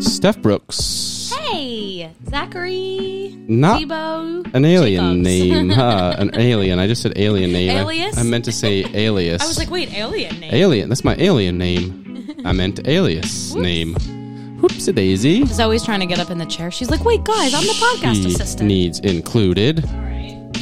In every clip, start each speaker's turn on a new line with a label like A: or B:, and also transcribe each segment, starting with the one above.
A: Steph Brooks.
B: Hey, Zachary.
A: Not
B: Debo.
A: an alien
B: Jacobs.
A: name, huh? An alien. I just said alien name. I-
B: Alias?
A: I, meant to say alias.
B: I was like, wait, alien name.
A: alien. That's my alien name. I meant alias name. Whoopsie daisy.
B: She's always trying to get up in the chair. She's like, wait, guys, I'm the podcast
A: She
B: assistant.
A: needs included.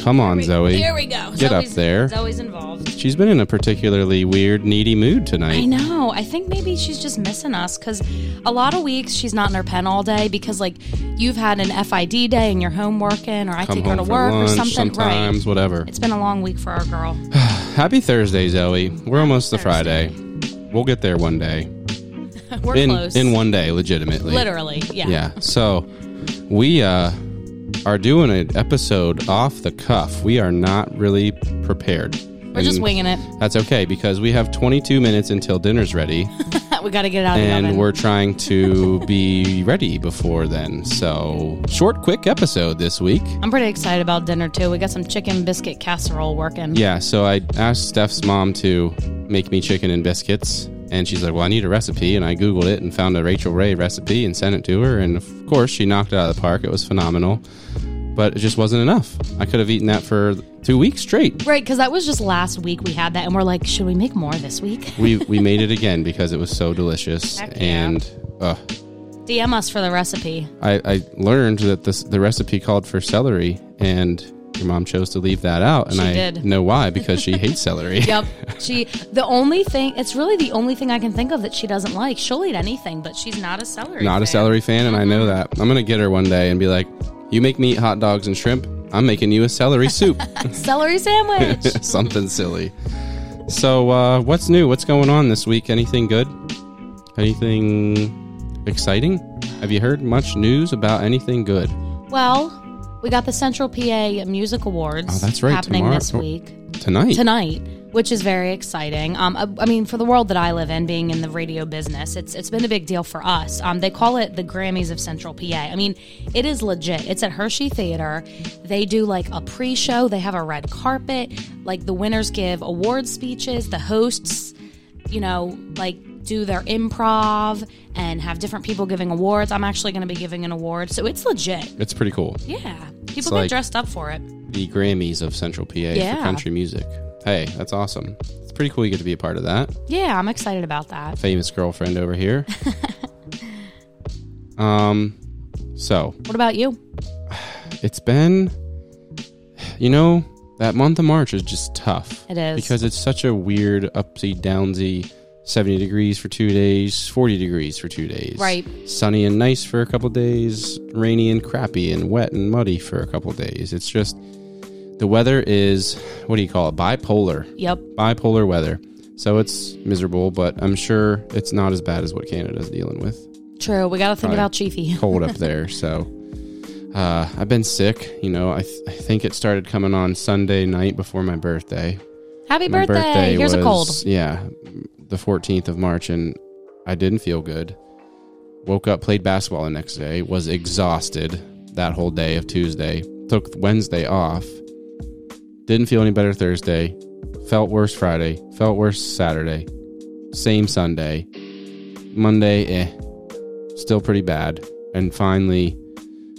A: Come on, Zoe.
B: There we go.
A: Get up
B: Zoe's-
A: there.
B: Zoe's involved.
A: She's been in a particularly weird, needy mood
B: I
A: tonight.
B: know. I think maybe she's just missing us because a lot of weeks she's not in her pen all day because, like, you've had an FID day and you're home working, or I
A: Come
B: take her
A: home
B: to
A: for
B: work
A: lunch
B: or something.
A: sometimes,
B: Right.
A: whatever.
B: It's been a long week for our girl.
A: Happy Thursday, Zoe. We're almost to Friday. We'll get there one day.
B: We're
A: in
B: close.
A: in one day, legitimately.
B: Literally. Yeah.
A: Yeah. So we uh, are doing an episode off the cuff. We are not really prepared.
B: We're just winging it.
A: That's okay because we have 22 minutes until dinner's ready,
B: we got to get it out of the
A: and
B: oven.
A: we're trying to be ready before then. So short, quick episode this week.
B: I'm pretty excited about dinner too. We got some chicken biscuit casserole working.
A: Yeah, so I asked Steph's mom to make me chicken and biscuits, and she's like, "Well, I need a recipe," and I googled it and found a Rachel Ray recipe and sent it to her, and of course, she knocked it out of the park. It was phenomenal, but it just wasn't enough. I could have eaten that for two weeks straight.
B: Right, because that was just last week we had that, and we're like, should we make more this week?
A: We we made it again because it was so delicious,
B: Heck yeah.
A: and uh,
B: DM us for the recipe.
A: I, I learned that this the recipe called for celery, and your mom chose to leave that out, and
B: She
A: I
B: did.
A: know why because she hates celery.
B: Yep. She, the only thing, it's really the only thing I can think of that she doesn't like. She'll eat anything, but she's not a celery.
A: Not a
B: fan.
A: celery fan, and I know that. I'm gonna get her one day and be like, "You make me eat hot dogs and shrimp. I'm making you a celery soup,
B: Celery sandwich.
A: something silly." So, uh, what's new? What's going on this week? Anything good? Anything exciting? Have you heard much news about anything good?
B: well, we got the Central PA Music Awards.
A: Oh, that's right,
B: Happening
A: tomorrow.
B: this week.
A: Tonight,
B: tonight, which is very exciting. Um, I, I mean, for the world that I live in, being in the radio business, it's it's been a big deal for us. Um, they call it the Grammys of Central PA. I mean, it is legit. It's at Hershey Theater. They do like a pre-show. They have a red carpet. Like the winners give award speeches. The hosts you know, like do their improv and have different people giving awards. I'm actually going to be giving an award. So it's legit.
A: it's pretty cool.
B: Yeah. People get
A: like-
B: dressed up for it.
A: The Grammys of Central PA for
B: Yeah.
A: country music. Hey, that's awesome. It's pretty cool. You get to be a part of that.
B: Yeah, I'm excited about that.
A: Famous girlfriend over here. um, so
B: What about you?
A: it's been you know that month of march is just tough
B: It is.
A: because it's such a weird upsy downsy 70 degrees for two days 40 degrees for two days
B: Right.
A: sunny and nice for a couple days rainy and crappy and wet and muddy for a couple days it's just the weather is what do you call it bipolar
B: Yep.
A: bipolar weather so it's miserable but i'm sure it's not as bad as what canada's dealing with
B: True. We got to think
A: Right.
B: about Chiefy.
A: cold up there. So uh, I've been sick. You know, I, th- I think it started coming on Sunday night before my birthday.
B: Happy
A: My
B: birthday. Here's a cold.
A: Yeah, the 14th of March, and I didn't feel good. Woke up, played basketball the next day, was exhausted that whole day of Tuesday. Took Wednesday off. Didn't feel any better Thursday. Felt worse Friday. Felt worse Saturday. Same Sunday. Monday, eh. Still pretty bad. And finally,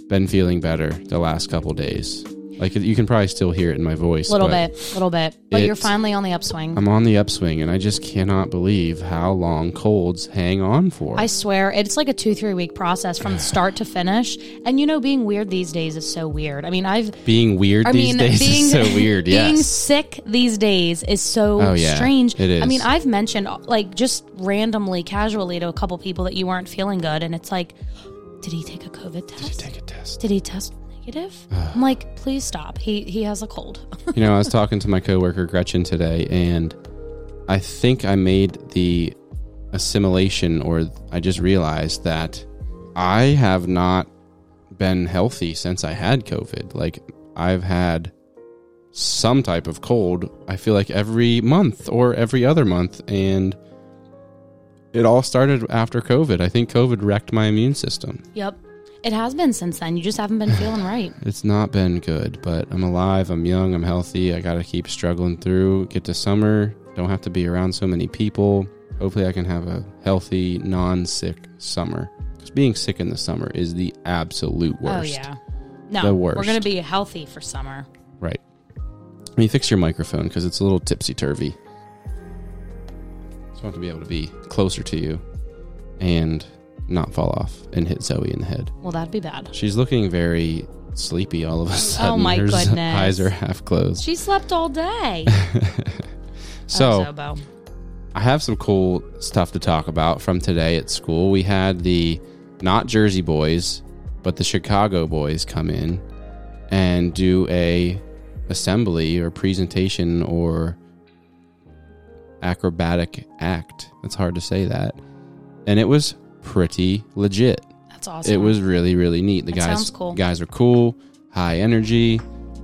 A: been feeling better the last couple days. Like you can probably still hear it in my voice.
B: Little
A: but-
B: bit, little bit. But you're
A: It's-
B: finally on the upswing.
A: I'm on the upswing, and I just cannot believe how long colds hang on for.
B: I swear, it's like a two, three week process from start to finish. And you know, being weird these days is so weird. I mean, I've.
A: being weird
B: I
A: these
B: mean,
A: days
B: being
A: is so weird.
B: Being
A: Yes,
B: sick these days is so
A: Oh, yeah.
B: strange.
A: It is.
B: I mean, I've mentioned like just randomly, casually to a couple people that you weren't feeling good, and it's like, did he take a COVID test?
A: take a test.
B: Did he test negative? I'm like, please stop. He he has a cold.
A: you know, I was talking to my coworker Gretchen today, and I think I made the assimilation, or I just realized that I have not been healthy since I had COVID. Like I've had some type of cold. I feel like every month or every other month, and it all started after COVID. I think COVID wrecked my immune system.
B: yep. It has been since then. You just haven't been feeling right.
A: It's not been good, but I'm alive, I'm young, I'm healthy. I got to keep struggling through, get to summer, don't have to be around so many people. Hopefully, I can have a healthy, non sick summer. Because being sick in the summer is the absolute worst.
B: Oh yeah. No,
A: The
B: we're
A: worst.
B: gonna be healthy for summer.
A: Right. I mean, fix your microphone because it's a little tipsy turvy. Just want to be able to be closer to you and not fall off and hit Zoe in the head.
B: Well, that'd be bad.
A: She's looking very sleepy all of a sudden.
B: Oh, my
A: Her
B: goodness.
A: eyes are half closed.
B: She slept all day.
A: So,
B: oh, Zobo.
A: I have some cool stuff to talk about from today at school. We had the not Jersey boys, but the Chicago boys come in and do a assembly or presentation or acrobatic act. It's hard to say that. And it was pretty legit.
B: that's awesome.
A: It was really really neat. The
B: That
A: guys
B: sounds cool.
A: guys were cool, high energy,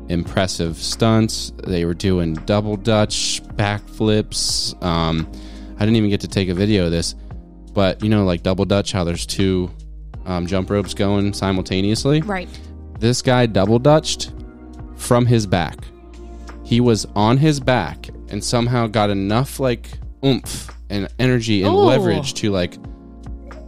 A: impressive stunts. They were doing double dutch, backflips. Um, I didn't even get to take a video of this, but you know, like double dutch, how there's two um, jump ropes going simultaneously.
B: right.
A: This guy double dutched from his back. He was on his back and somehow got enough like oomph and energy and
B: Ooh.
A: leverage to like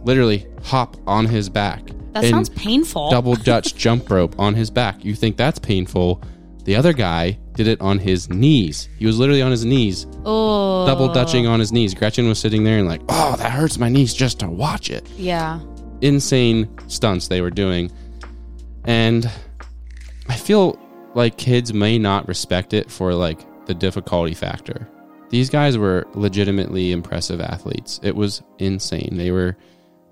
A: literally hop on his back.
B: That
A: and
B: sounds painful.
A: double Dutch jump rope on his back. You think that's painful. The other guy did it on his knees. He was literally on his knees,
B: oh,
A: double dutching on his knees. Gretchen was sitting there and like, oh, that hurts my knees just to watch it.
B: Yeah.
A: Insane stunts they were doing. And I feel like kids may not respect it for like the difficulty factor. These guys were legitimately impressive athletes. It was insane. They were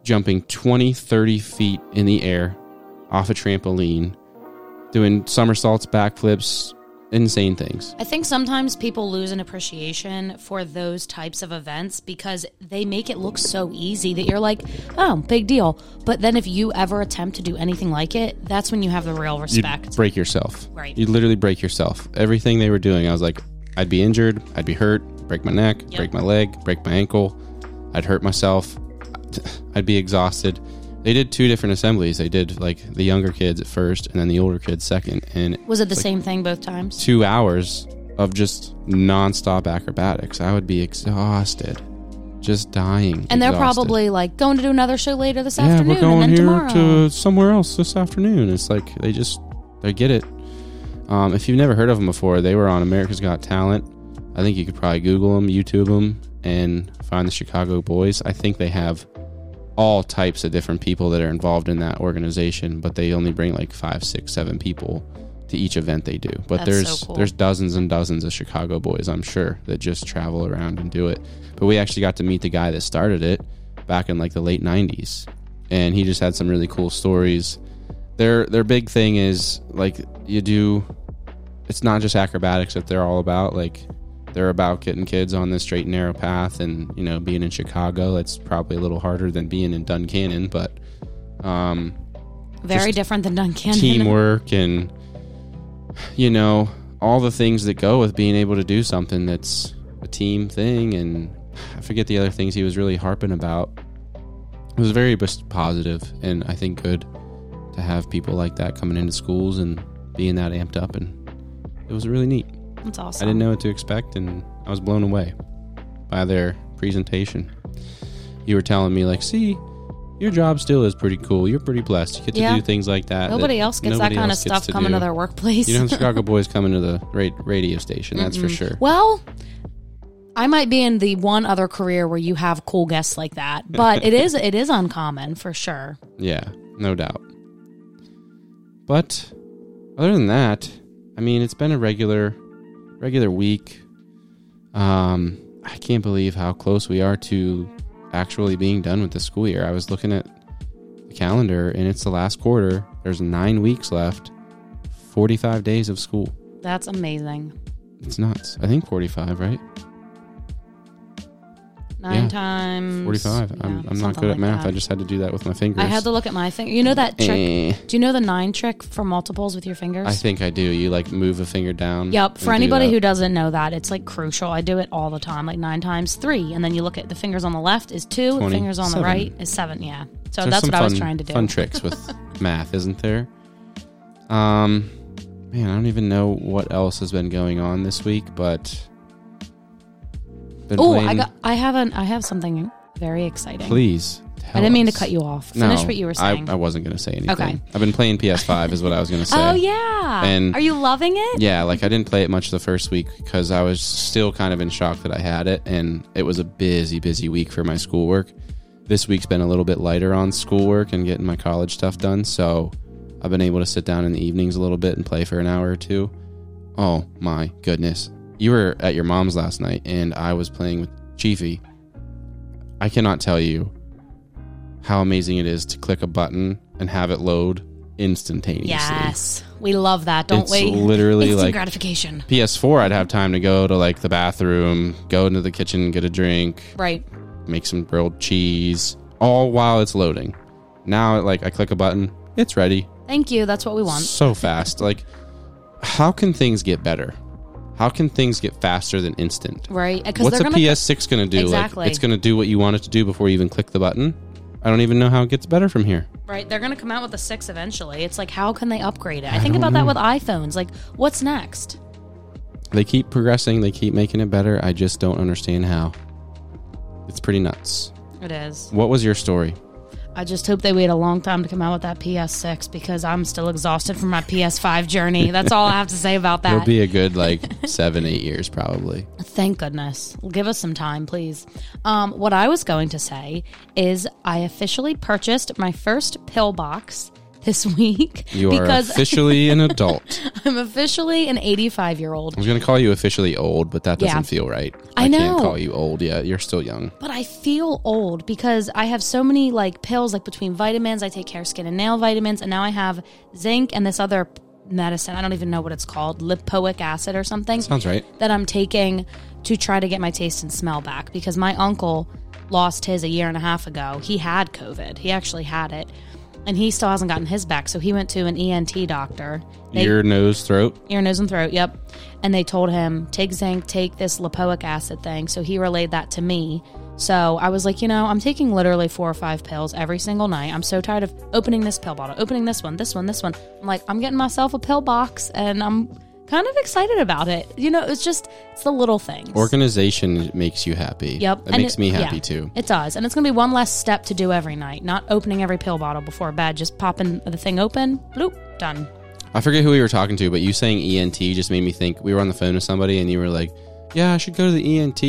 A: jumping 20, 30 feet in the air off a trampoline, doing somersaults, backflips, insane things.
B: I think sometimes people lose an appreciation for those types of events because they make it look so easy that you're like, oh, big deal. But then if you ever attempt to do anything like it, that's when you have the real
A: You'd
B: respect.
A: break yourself.
B: Right.
A: You'd literally break yourself. Everything they were doing, I was like, I'd be injured, I'd be hurt, break my neck, break my leg, break my ankle, I'd hurt myself, I'd be exhausted. They did two different assemblies. They did like the younger kids at first and then the older kids second. And
B: Was it the same thing both times?
A: two hours of just nonstop acrobatics. I would be exhausted, just dying.
B: And they're
A: exhausted.
B: probably like going to do another show later this
A: yeah,
B: afternoon
A: we're going
B: and then
A: here
B: tomorrow.
A: to somewhere else this afternoon. It's like they just they get it. Um, if you've never heard of them before, they were on America's Got Talent. I think you could probably Google them, YouTube them, and find the Chicago Boys. I think they have all types of different people that are involved in that organization, but they only bring like five, six, seven people to each event they do. But
B: That's
A: there's
B: so cool.
A: there's dozens and dozens of Chicago boys, I'm sure, that just travel around and do it. But we actually got to meet the guy that started it back in like the late '90s, and he just had some really cool stories. Their their big thing is like you do. It's not just acrobatics that they're all about. Like they're about getting kids on the straight and narrow path and you know being in chicago it's probably a little harder than being in duncannon but um,
B: Very different than Duncan.
A: teamwork and you know all the things that go with being able to do something that's a team thing and i forget the other things he was really harping about it was very bes- positive and i think good to have people like that coming into schools and being that amped up and it was really neat
B: That's
A: I
B: awesome.
A: didn't know what to expect, and I was blown away by their presentation. You were telling me, like, see, your job still is pretty cool. You're pretty blessed. You get to
B: Yeah.
A: do things like that.
B: Nobody
A: that
B: else gets
A: nobody
B: that kind of
A: else gets
B: stuff
A: to
B: coming
A: do.
B: to their workplace.
A: You know, the Chicago boys coming to the ra- radio station. That's for sure.
B: Well, I might be in the one other career where you have cool guests like that, but it is it is uncommon for sure.
A: Yeah, no doubt. But other than that, I mean, it's been a regular, regular week. Um, I can't believe how close we are to actually being done with the school year. I was looking at the calendar, and it's the last quarter. There's nine weeks left, forty-five days of school.
B: That's amazing.
A: It's nuts. I think forty-five, right?
B: Nine
A: Yeah.
B: times
A: Forty-five. I'm,
B: Yeah,
A: I'm not
B: something
A: good at
B: like
A: math.
B: that.
A: I just had to do that with my fingers.
B: I had to look at my finger. You know that trick?
A: Eh.
B: Do you know the nine trick for multiples with your fingers?
A: I think I do. You like move a finger down.
B: Yep.
A: and
B: For
A: Mm-hmm. do
B: anybody
A: that.
B: who doesn't know that, it's like crucial. I do it all the time, like nine times three, and then you look at the fingers on the left is two, the
A: Twenty.
B: fingers on
A: Seven.
B: the right is seven. Yeah. So
A: There's
B: that's
A: some
B: what I was
A: fun-
B: trying to do.
A: Fun tricks with math, isn't there? Um, man, I don't even know what else has been going on this week, but been
B: Oh,
A: playing-
B: I got. I have an. I have something very exciting.
A: Please, tell
B: I didn't mean to
A: us.
B: cut you off.
A: No,
B: Finish what you were saying.
A: I, I wasn't going to say anything.
B: Okay.
A: I've been playing PS5 is what I was going to say.
B: oh yeah.
A: And-
B: Are you loving it?
A: Yeah, like I didn't play it much the first week because I was still kind of in shock that I had it, and it was a busy, busy week for my schoolwork. This week's been a little bit lighter on schoolwork and getting my college stuff done, so I've been able to sit down in the evenings a little bit and play for an hour or two. Oh my goodness. You were at your mom's last night, and I was playing with Chiefy. I cannot tell you how amazing it is to click a button and have it load instantaneously.
B: Yes. We love that, don't
A: It's
B: we?
A: literally
B: Instant
A: like-
B: gratification.
A: PS4, I'd have time to go to like the bathroom, go into the kitchen, get a drink,
B: Right.
A: make some grilled cheese, all while it's loading. Now, like, I click a button, it's ready
B: Thank you. That's what we want.
A: so fast. Like, how can things get better? How can things get faster than instant?
B: Right. Because
A: What's
B: they're
A: a
B: gonna
A: PS6 going to do?
B: Exactly.
A: Like, it's going to do what you want it to do before you even click the button. I don't even know how it gets better from here.
B: right. They're gonna come out with a six eventually. It's like how can they upgrade it? I, think about that with iPhones. Like, what's next?
A: They keep progressing, they keep making it better. I just don't understand how. It's pretty nuts.
B: It is.
A: What was your story?
B: I just hope they wait a long time to come out with that PS6 because I'm still exhausted from my PS5 journey. That's all I have to say about
A: It'll
B: that.
A: be a good like seven, eight years probably.
B: Thank goodness. Give us some time, please. Um, what I was going to say is I officially purchased my first pill box this week
A: You are
B: because
A: officially an adult.
B: I'm officially an 85 year old.
A: I was gonna call you officially old, but that doesn't
B: Yeah.
A: feel right.
B: I
A: can't
B: know.
A: call you old yet. You're still young.
B: But I feel old because I have so many like pills, like between vitamins, I take hair, skin, and nail vitamins, and now I have zinc and this other medicine. I don't even know what it's called, lipoic acid or something.
A: Sounds right.
B: that I'm taking to try to get my taste and smell back because my uncle lost his a year and a half ago. He had COVID. He actually had it. And he still hasn't gotten his back. So he went to an ENT doctor. They,
A: Ear, nose, throat.
B: ear, nose, and throat. Yep. And they told him, take zinc, take this lipoic acid thing. So he relayed that to me. So I was like, you know, I'm taking literally four or five pills every single night. I'm so tired of opening this pill bottle, opening this one, this one, this one. I'm like, I'm getting myself a pill box and I'm kind of excited about it. You know, it's just, it's the little things.
A: Organization makes you happy.
B: Yep.
A: It
B: and
A: makes me happy
B: yeah,
A: too.
B: It does. And it's going to be one less step to do every night, not opening every pill bottle before bed, just popping the thing open, bloop, done.
A: I forget who we were talking to, but you saying ENT just made me think we were on the phone with somebody and you were like, Yeah, I should go to the ENT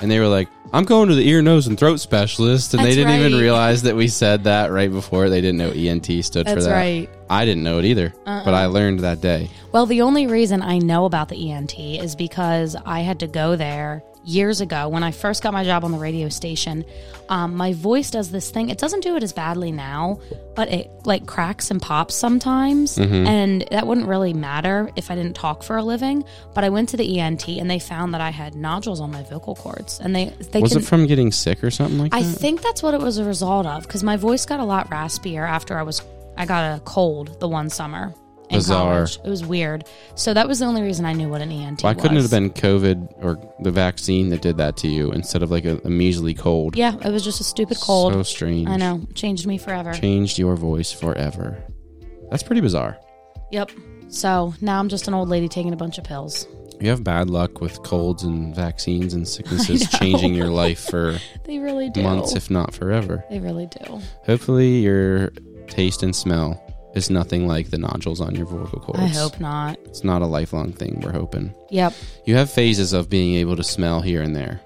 A: and they were like, I'm going to the ear, nose, and throat specialist and they
B: That's
A: didn't even
B: right.
A: realize that we said that right before. They didn't know ENT stood for
B: That's
A: that.
B: right. Uh-uh.
A: I didn't know it either. But I learned that day.
B: Well, the only reason I know about the ENT is because I had to go there years ago when I first got my job on the radio station. Um, my voice does this thing. It doesn't do it as badly now, but it like cracks and pops sometimes.
A: Mm-hmm.
B: And that wouldn't really matter if I didn't talk for a living. But I went to the ENT and they found that I had nodules on my vocal cords. And they, they
A: Was
B: can,
A: it from getting sick or something like
B: I
A: that?
B: think that's what it was a result of because my voice got a lot raspier after I was I got a cold the one summer. In
A: Bizarre.
B: College. It was weird. So that was the only reason I knew what an ENT
A: Why
B: was.
A: couldn't it have been COVID or the vaccine that did that to you instead of like a, a measly cold?
B: Yeah, it was just a stupid cold.
A: So strange.
B: I know. Changed me forever.
A: Changed your voice forever. That's pretty bizarre.
B: Yep. So now I'm just an old lady taking a bunch of pills.
A: You have bad luck with colds and vaccines and sicknesses changing your life for
B: They really do.
A: months, if not forever.
B: they really do.
A: Hopefully, your taste and smell is nothing like the nodules on your vocal cords.
B: I hope not.
A: It's not a lifelong thing, we're hoping.
B: Yep.
A: You have phases of being able to smell here and there.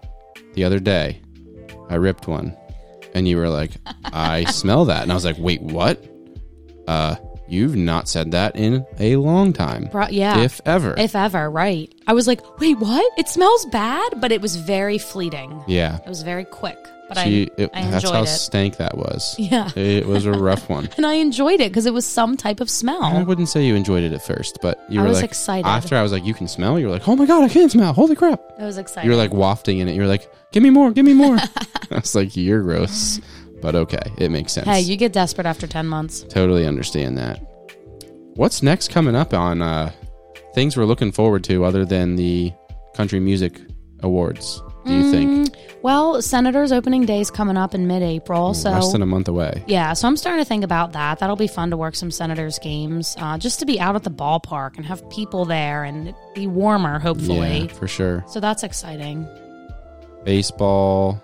A: The other day, I ripped one, and you were like, "I smell that," and I was like, "Wait, what? Uh, you've not said that in a long time,
B: Pro- yeah.
A: if ever."
B: If ever, right. I was like, wait, what? It smells bad, but it was very fleeting.
A: yeah,
B: It was very quick, but
A: She-
B: I,
A: it-
B: I
A: that's
B: enjoyed
A: how
B: it.
A: stank that was.
B: Yeah.
A: it was a rough one.
B: and I enjoyed it because it was some type of
A: I
B: smell.
A: wouldn't say you enjoyed it at first, but you
B: I
A: were
B: was
A: like
B: excited.
A: After I was like, "You can smell." You were like, "Oh my god, I can smell! Holy crap!"
B: It was
A: You
B: exciting.
A: were like wafting in it. You were like, "Give me more, give me more." I was like, "You're gross," but okay, it makes sense.
B: hey, you get desperate after 10 months.
A: Totally understand that. What's next coming up on uh, things we're looking forward to other than the Country Music Awards? Do you
B: Mm,
A: think
B: Well, Senator's opening day's coming up in mid April. So,
A: less than a month away?
B: yeah, so I'm starting to think about that. That'll be fun to work some Senators games uh, just to be out at the ballpark and have people there and be warmer, hopefully.
A: Yeah, for sure.
B: So that's exciting.
A: Baseball.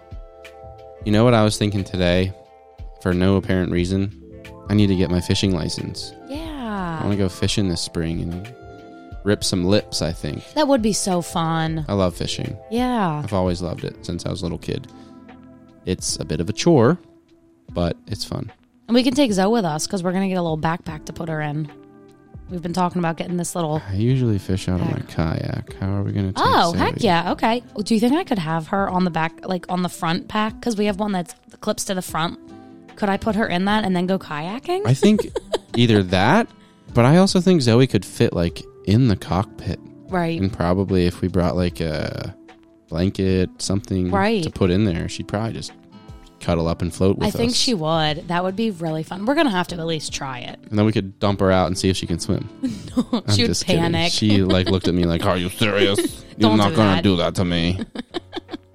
A: You know what I was thinking today? for no apparent reason. I need to get my fishing license. I want
B: Yeah.
A: to go fishing this spring and rip some lips, I think.
B: That would be so fun.
A: I love fishing.
B: Yeah.
A: I've always loved it since I was a little kid. It's a bit of a chore, but it's fun.
B: And we can take Zoe with us because we're going to get a little backpack to put her in. We've been talking about getting this little.
A: I usually fish out of my kayak. How are we going to take
B: Oh,
A: Zoe?
B: heck yeah. Okay. Well, do you think I could have her on the back, like on the front pack? Because we have one that's clips to the front. Could I put her in that and then go kayaking?
A: I think either that, but I also think Zoe could fit like in the cockpit.
B: right.
A: And probably if we brought like a blanket, something
B: Right.
A: to put in there, she'd probably just cuddle up and float with
B: I
A: us.
B: think she would. That would be really fun. We're going to have to at least try it.
A: And then we could dump her out and see if she can swim. I'm
B: she would
A: just kidding.
B: panic.
A: She like looked at me like, "Are you serious? You're
B: Don't
A: not
B: do
A: gonna
B: that."
A: do that to me.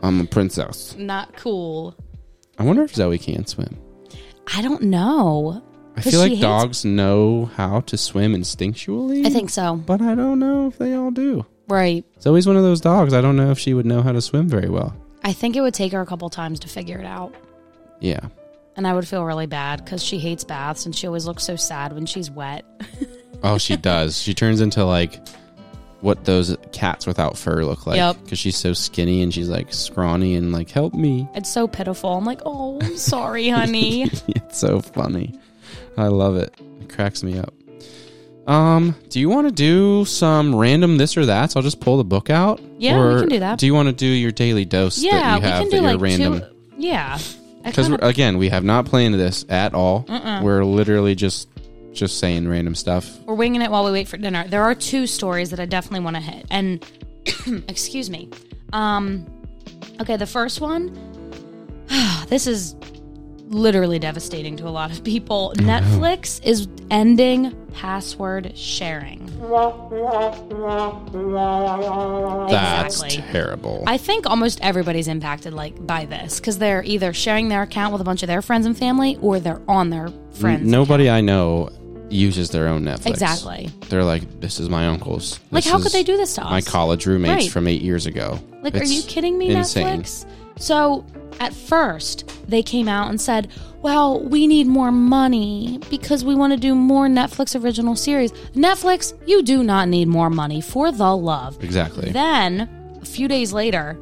A: I'm a princess."
B: Not cool.
A: I wonder if Zoe can swim.
B: I don't know.
A: I feel
B: 'Cause she
A: like
B: hates-
A: dogs know how to swim instinctually.
B: I think so.
A: but I don't know if they all do.
B: Right.
A: Zoe's one of those dogs. I don't know if she would know how to swim very well.
B: I think it would take her a couple times to figure it out.
A: Yeah,
B: And I would feel really bad because she hates baths and she always looks so sad when she's wet.
A: Oh, she does. She turns into like what those cats without fur look like.
B: Yep.
A: Because she's so skinny and she's like scrawny and like, help me.
B: It's so pitiful. I'm like, oh, I'm sorry, honey.
A: It's so funny. I love it. It cracks me up. Um, do you want to do some random this or that? So I'll just pull the book out.
B: Yeah, we
A: Or
B: can do that.
A: Do you want to do your daily dose
B: yeah,
A: that you have
B: we can
A: that
B: do
A: you're
B: like
A: random?
B: two. Yeah. I
A: Because
B: kinda-
A: again, we have not planned this at all. We're literally just just saying random stuff.
B: we're winging it while we wait for dinner. There are two stories that I definitely want to hit. And excuse me. Um okay, the first one this is literally devastating to a lot of people.
A: Oh,
B: Netflix is ending password sharing.
A: That's
B: Exactly.
A: terrible.
B: I think almost everybody's impacted like by this cuz they're either sharing their account with a bunch of their friends and family or they're on their friends.
A: Nobody I know uses their own Netflix.
B: Exactly.
A: They're like, this is my uncle's.
B: Like
A: This
B: how could
A: is
B: they do this to us?
A: My college roommates
B: Right.
A: from eight years ago.
B: Like,
A: It's
B: are you kidding me,
A: insane.
B: Netflix? So at first, they came out and said, well, we need more money because we want to do more Netflix original series. Netflix, you do not need more money for the love.
A: Exactly.
B: Then a few days later,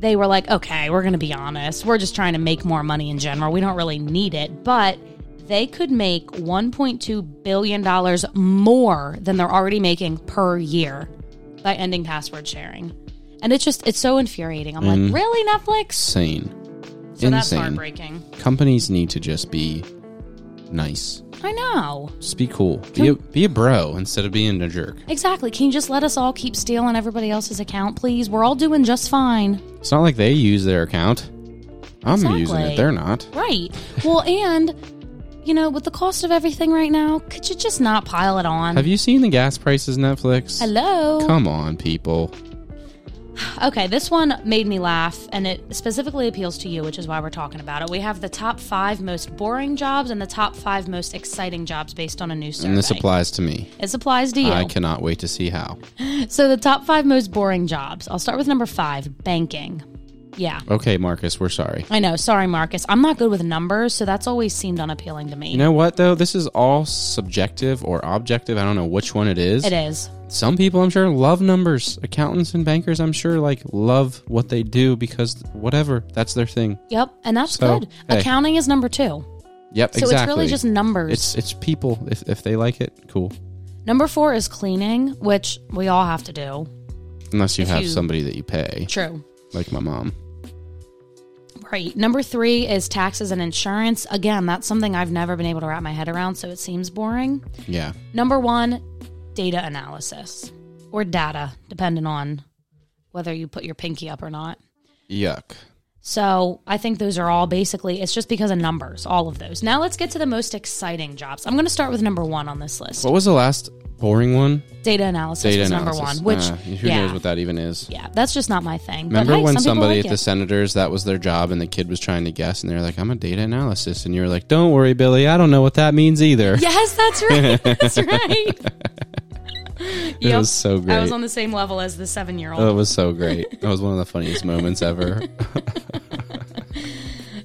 B: they were like, okay, we're going to be honest. We're just trying to make more money in general. We don't really need it. But they could make $1.2 billion more than they're already making per year by ending password sharing. And it's just, it's so infuriating. I'm like, really, Netflix?
A: Insane.
B: So that's
A: Mm-hmm. Insane.
B: heartbreaking.
A: Companies need to just be nice.
B: I know.
A: Just be cool. Be a, be a bro instead of being a jerk.
B: Exactly. Can you just let us all keep stealing everybody else's account, please? We're all doing just fine.
A: It's not like they use their account. I'm using
B: Exactly.
A: it. They're not.
B: Right. Well, and you know, with the cost of everything right now, could you just not pile it on?
A: Have you seen the gas prices, Netflix?
B: Hello.
A: Come on, people.
B: Okay, this one made me laugh, and it specifically appeals to you, which is why we're talking about it. We have the top five most boring jobs and the top five most exciting jobs based on a new survey.
A: And this applies to me.
B: This applies to you.
A: I cannot wait to see how.
B: so the top five most boring jobs. I'll start with number five: banking. Yeah.
A: Okay, Marcus, we're sorry.
B: I know. Sorry, Marcus. I'm not good with numbers, so that's always seemed unappealing to me.
A: You know what though? This is all subjective or objective. I don't know which one it is.
B: it is.
A: Some people I'm sure love numbers. Accountants and bankers I'm sure like love what they do because whatever, that's their thing.
B: Yep. And that's
A: So,
B: good.
A: hey.
B: Accounting is number two.
A: Yep,
B: So
A: exactly.
B: it's really just numbers.
A: it's it's people if if they like it, cool.
B: Number four is cleaning, which we all have to do.
A: Unless you
B: If
A: have
B: you-
A: somebody that you pay,
B: True.
A: like my mom.
B: Right. Number three is taxes and insurance. Again, that's something I've never been able to wrap my head around, so it seems boring.
A: Yeah.
B: Number one, data analysis or data, depending on whether you put your pinky up or not.
A: Yuck.
B: So I think those are all basically, it's just because of numbers, all of those. Now let's get to the most exciting jobs. I'm going to start with number one on this list
A: What was the last boring one?
B: data analysis
A: Data
B: was
A: analysis.
B: number one, which,
A: Uh, who
B: yeah,
A: knows what that even is?
B: yeah, that's just not my thing. But
A: Remember
B: hey,
A: when
B: some people
A: somebody
B: like
A: at
B: it.
A: the Senators that was their job and the kid was trying to guess and they were like, "I'm a data analysis," and you were like, "Don't worry, Billy, I don't know what that means either."
B: Yes, that's right. That's right.
A: It was so
B: I
A: great.
B: was on the same level as the seven year
A: Oh,
B: old.
A: it was so great. That was one of the funniest moments ever.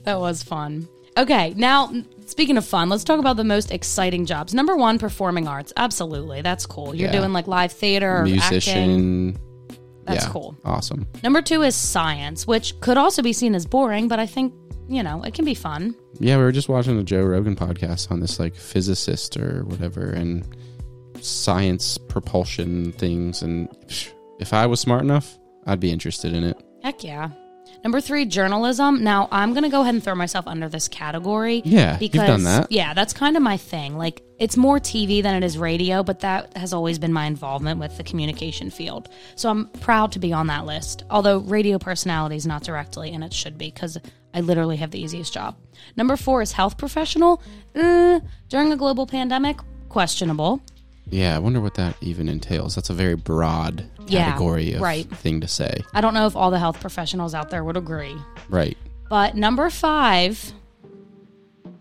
B: That was fun. Okay, now speaking of fun, let's talk about the most exciting jobs. Number one, performing arts. Absolutely, that's cool. You're
A: Yeah.
B: doing like live theater, or acting.
A: Musician.
B: That's
A: yeah,
B: cool.
A: Awesome.
B: Number two is science, which could also be seen as boring, but I think you know it can be fun.
A: Yeah, we were just watching a Joe Rogan podcast on this like physicist or whatever and science propulsion things. And psh, if I was smart enough, I'd be interested in it.
B: Heck yeah. Number three, journalism. Now I'm gonna go ahead and throw myself under this category.
A: Yeah, you've
B: because
A: done that.
B: yeah, that's kind of my thing. Like it's more TV than it is radio, but that has always been my involvement with the communication field. So I'm proud to be on that list. Although radio personality is not directly, and it should be because I literally have the easiest job. Number four is health professional. Uh, during a global pandemic, questionable.
A: Yeah, I wonder what that even entails. That's a very broad
B: Yeah,
A: category of
B: right.
A: thing to say.
B: I don't know if all the health professionals out there would agree.
A: Right.
B: But number five,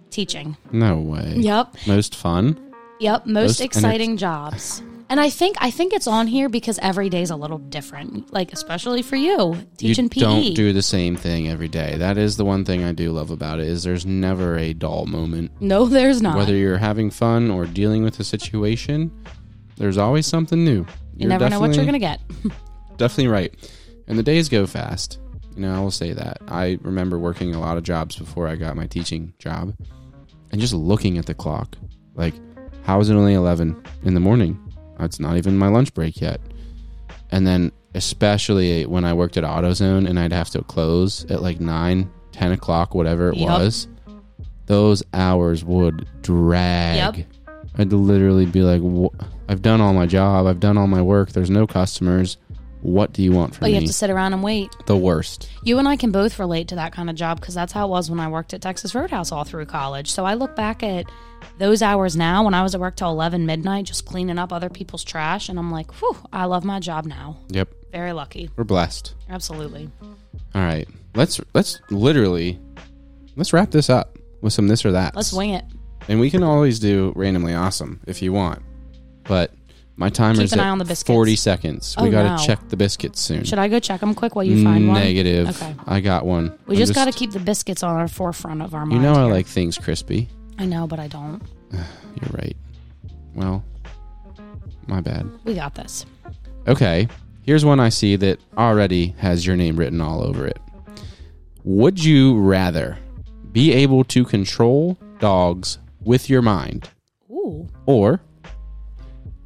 B: teaching.
A: No way.
B: Yep.
A: Most fun.
B: Yep, most,
A: Most
B: exciting jobs. And I think I think it's on here because every day's a little different. Like especially for you teaching
A: you
B: E. PE.
A: don't do the same thing every day. That is the one thing I do love about it is there's never a dull moment.
B: no, there's not.
A: Whether you're having fun or dealing with a situation, there's always something new.
B: you never know what you're
A: definitely-
B: gonna get.
A: definitely right. And the days go fast. You know, I will say that. I remember working a lot of jobs before I got my teaching job and just looking at the clock. Like, how is it only 11 in the morning? It's not even my lunch break yet. And then, especially when I worked at AutoZone and I'd have to close at like 9, 10 o'clock, whatever it
B: Yep.
A: was, those hours would drag.
B: Yep.
A: I'd literally be like, "Wh- I've done all my job. I've done all my work. There's no customers. What do you want from
B: But Oh, you
A: me?
B: have to sit around and wait.
A: the worst.
B: You and I can both relate to that kind of job because that's how it was when I worked at Texas Roadhouse all through college. So I look back at those hours now when I was at work till eleven midnight just cleaning up other people's trash and I'm like, Whew, I love my job now.
A: Yep.
B: Very lucky.
A: We're blessed.
B: Absolutely.
A: All right. Let's let's literally let's wrap this up with some this or that.
B: Let's wing it.
A: And we can always do randomly awesome if you want. But my timer's
B: an
A: at
B: eye on the biscuits.
A: 40 seconds. we
B: Oh,
A: got to
B: no.
A: check the biscuits soon.
B: Should I go check them quick while you
A: Mm,
B: find one?
A: Negative.
B: Okay.
A: I got one.
B: We
A: I'm
B: just, got to keep the biscuits on our forefront of our mind.
A: You know uh, I
B: here.
A: like things crispy.
B: I know, but I don't.
A: You're right. Well, my bad.
B: We got this.
A: Okay, here's one I see that already has your name written all over it. Would you rather be able to control dogs with your mind
B: Ooh,
A: or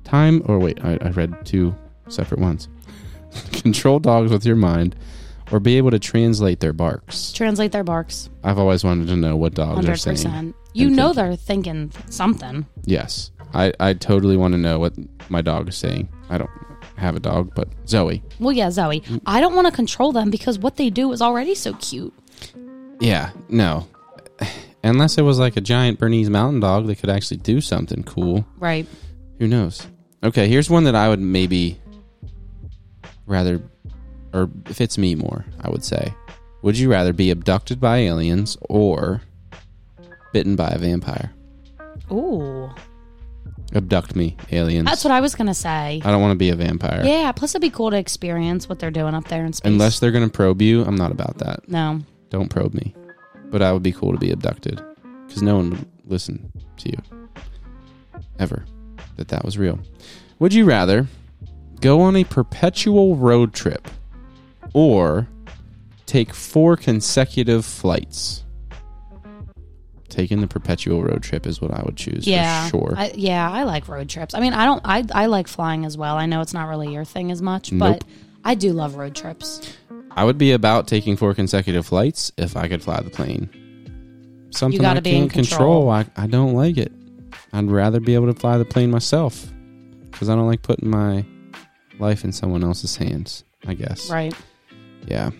A: time, or wait, I, I read two separate ones. control dogs with your mind or be able to translate their barks?
B: translate their barks.
A: I've always wanted to know what dogs are
B: Hundred
A: saying.
B: percent. You
A: And
B: know they're thinking something.
A: Yes, I, I totally want to know what my dog is saying. I don't have a dog, but Zoe.
B: Well, yeah, Zoe.
A: Mm.
B: I don't want to control them because what they do is already so cute.
A: Yeah, no. Unless it was like a giant Bernese mountain dog that could actually do something cool.
B: Right.
A: Who knows? Okay, here's one that I would maybe rather, or fits me more, I would say. Would you rather be abducted by aliens or bitten by a vampire?
B: Ooh,
A: Abduct me, aliens.
B: that's what I was gonna say.
A: I don't want to be a vampire.
B: Yeah. Plus, it'd be cool to experience what they're doing up there in space.
A: Unless they're going to probe you, I'm not about that.
B: no.
A: Don't probe me. But I would be cool to be abducted because no one would listen to you ever that that was real. Would you rather go on a perpetual road trip or take four consecutive flights? Taking the perpetual road trip is what I would choose
B: Yeah.
A: for sure.
B: I, yeah, I like road trips. I mean, I don't. I I like flying as well. I know it's not really your thing as much, but I do love road trips.
A: I would be about taking four consecutive flights if I could fly the plane. Something
B: gotta
A: I
B: be in
A: can't control. I, I don't like it. I'd rather be able to fly the plane myself because I don't like putting my life in someone else's hands, I guess.
B: Right.
A: Yeah.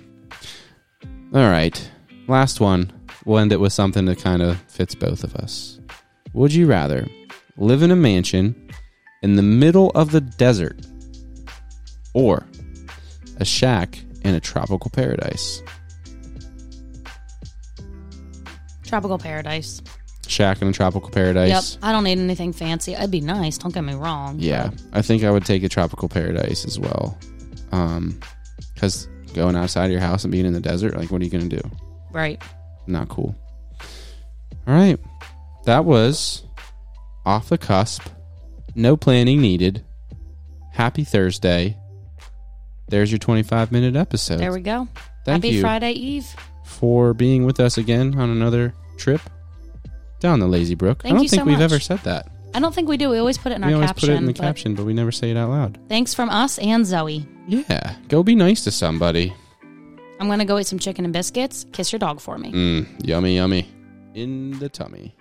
A: All right. Last one. We'll end it with something that kind of fits both of us. Would you rather live in a mansion in the middle of the desert or a shack in a tropical paradise?
B: Tropical paradise.
A: Shack in a tropical paradise.
B: Yep. I don't need anything fancy. It'd be nice. Don't get me wrong.
A: Yeah. I think I would take a tropical paradise as well. Um, because going outside your house and being in the desert, like, what are you going to do?
B: Right.
A: Not cool. All right. That was off the cusp. No planning needed. Happy Thursday. There's your 25 minute episode.
B: There we go.
A: Thank
B: Happy
A: you
B: Friday Eve.
A: for being with us again on another trip down the lazy brook.
B: Thank
A: I don't
B: you
A: think
B: so
A: we've
B: much.
A: ever said that.
B: I don't think we do. We always put it in
A: we
B: our
A: always
B: caption.
A: put it in the
B: but
A: caption, but we never say it out loud.
B: Thanks from us and Zoe.
A: Yeah. Go be nice to somebody.
B: I'm gonna go eat some chicken and biscuits. Kiss your dog for me.
A: Mm, yummy, yummy. In the tummy.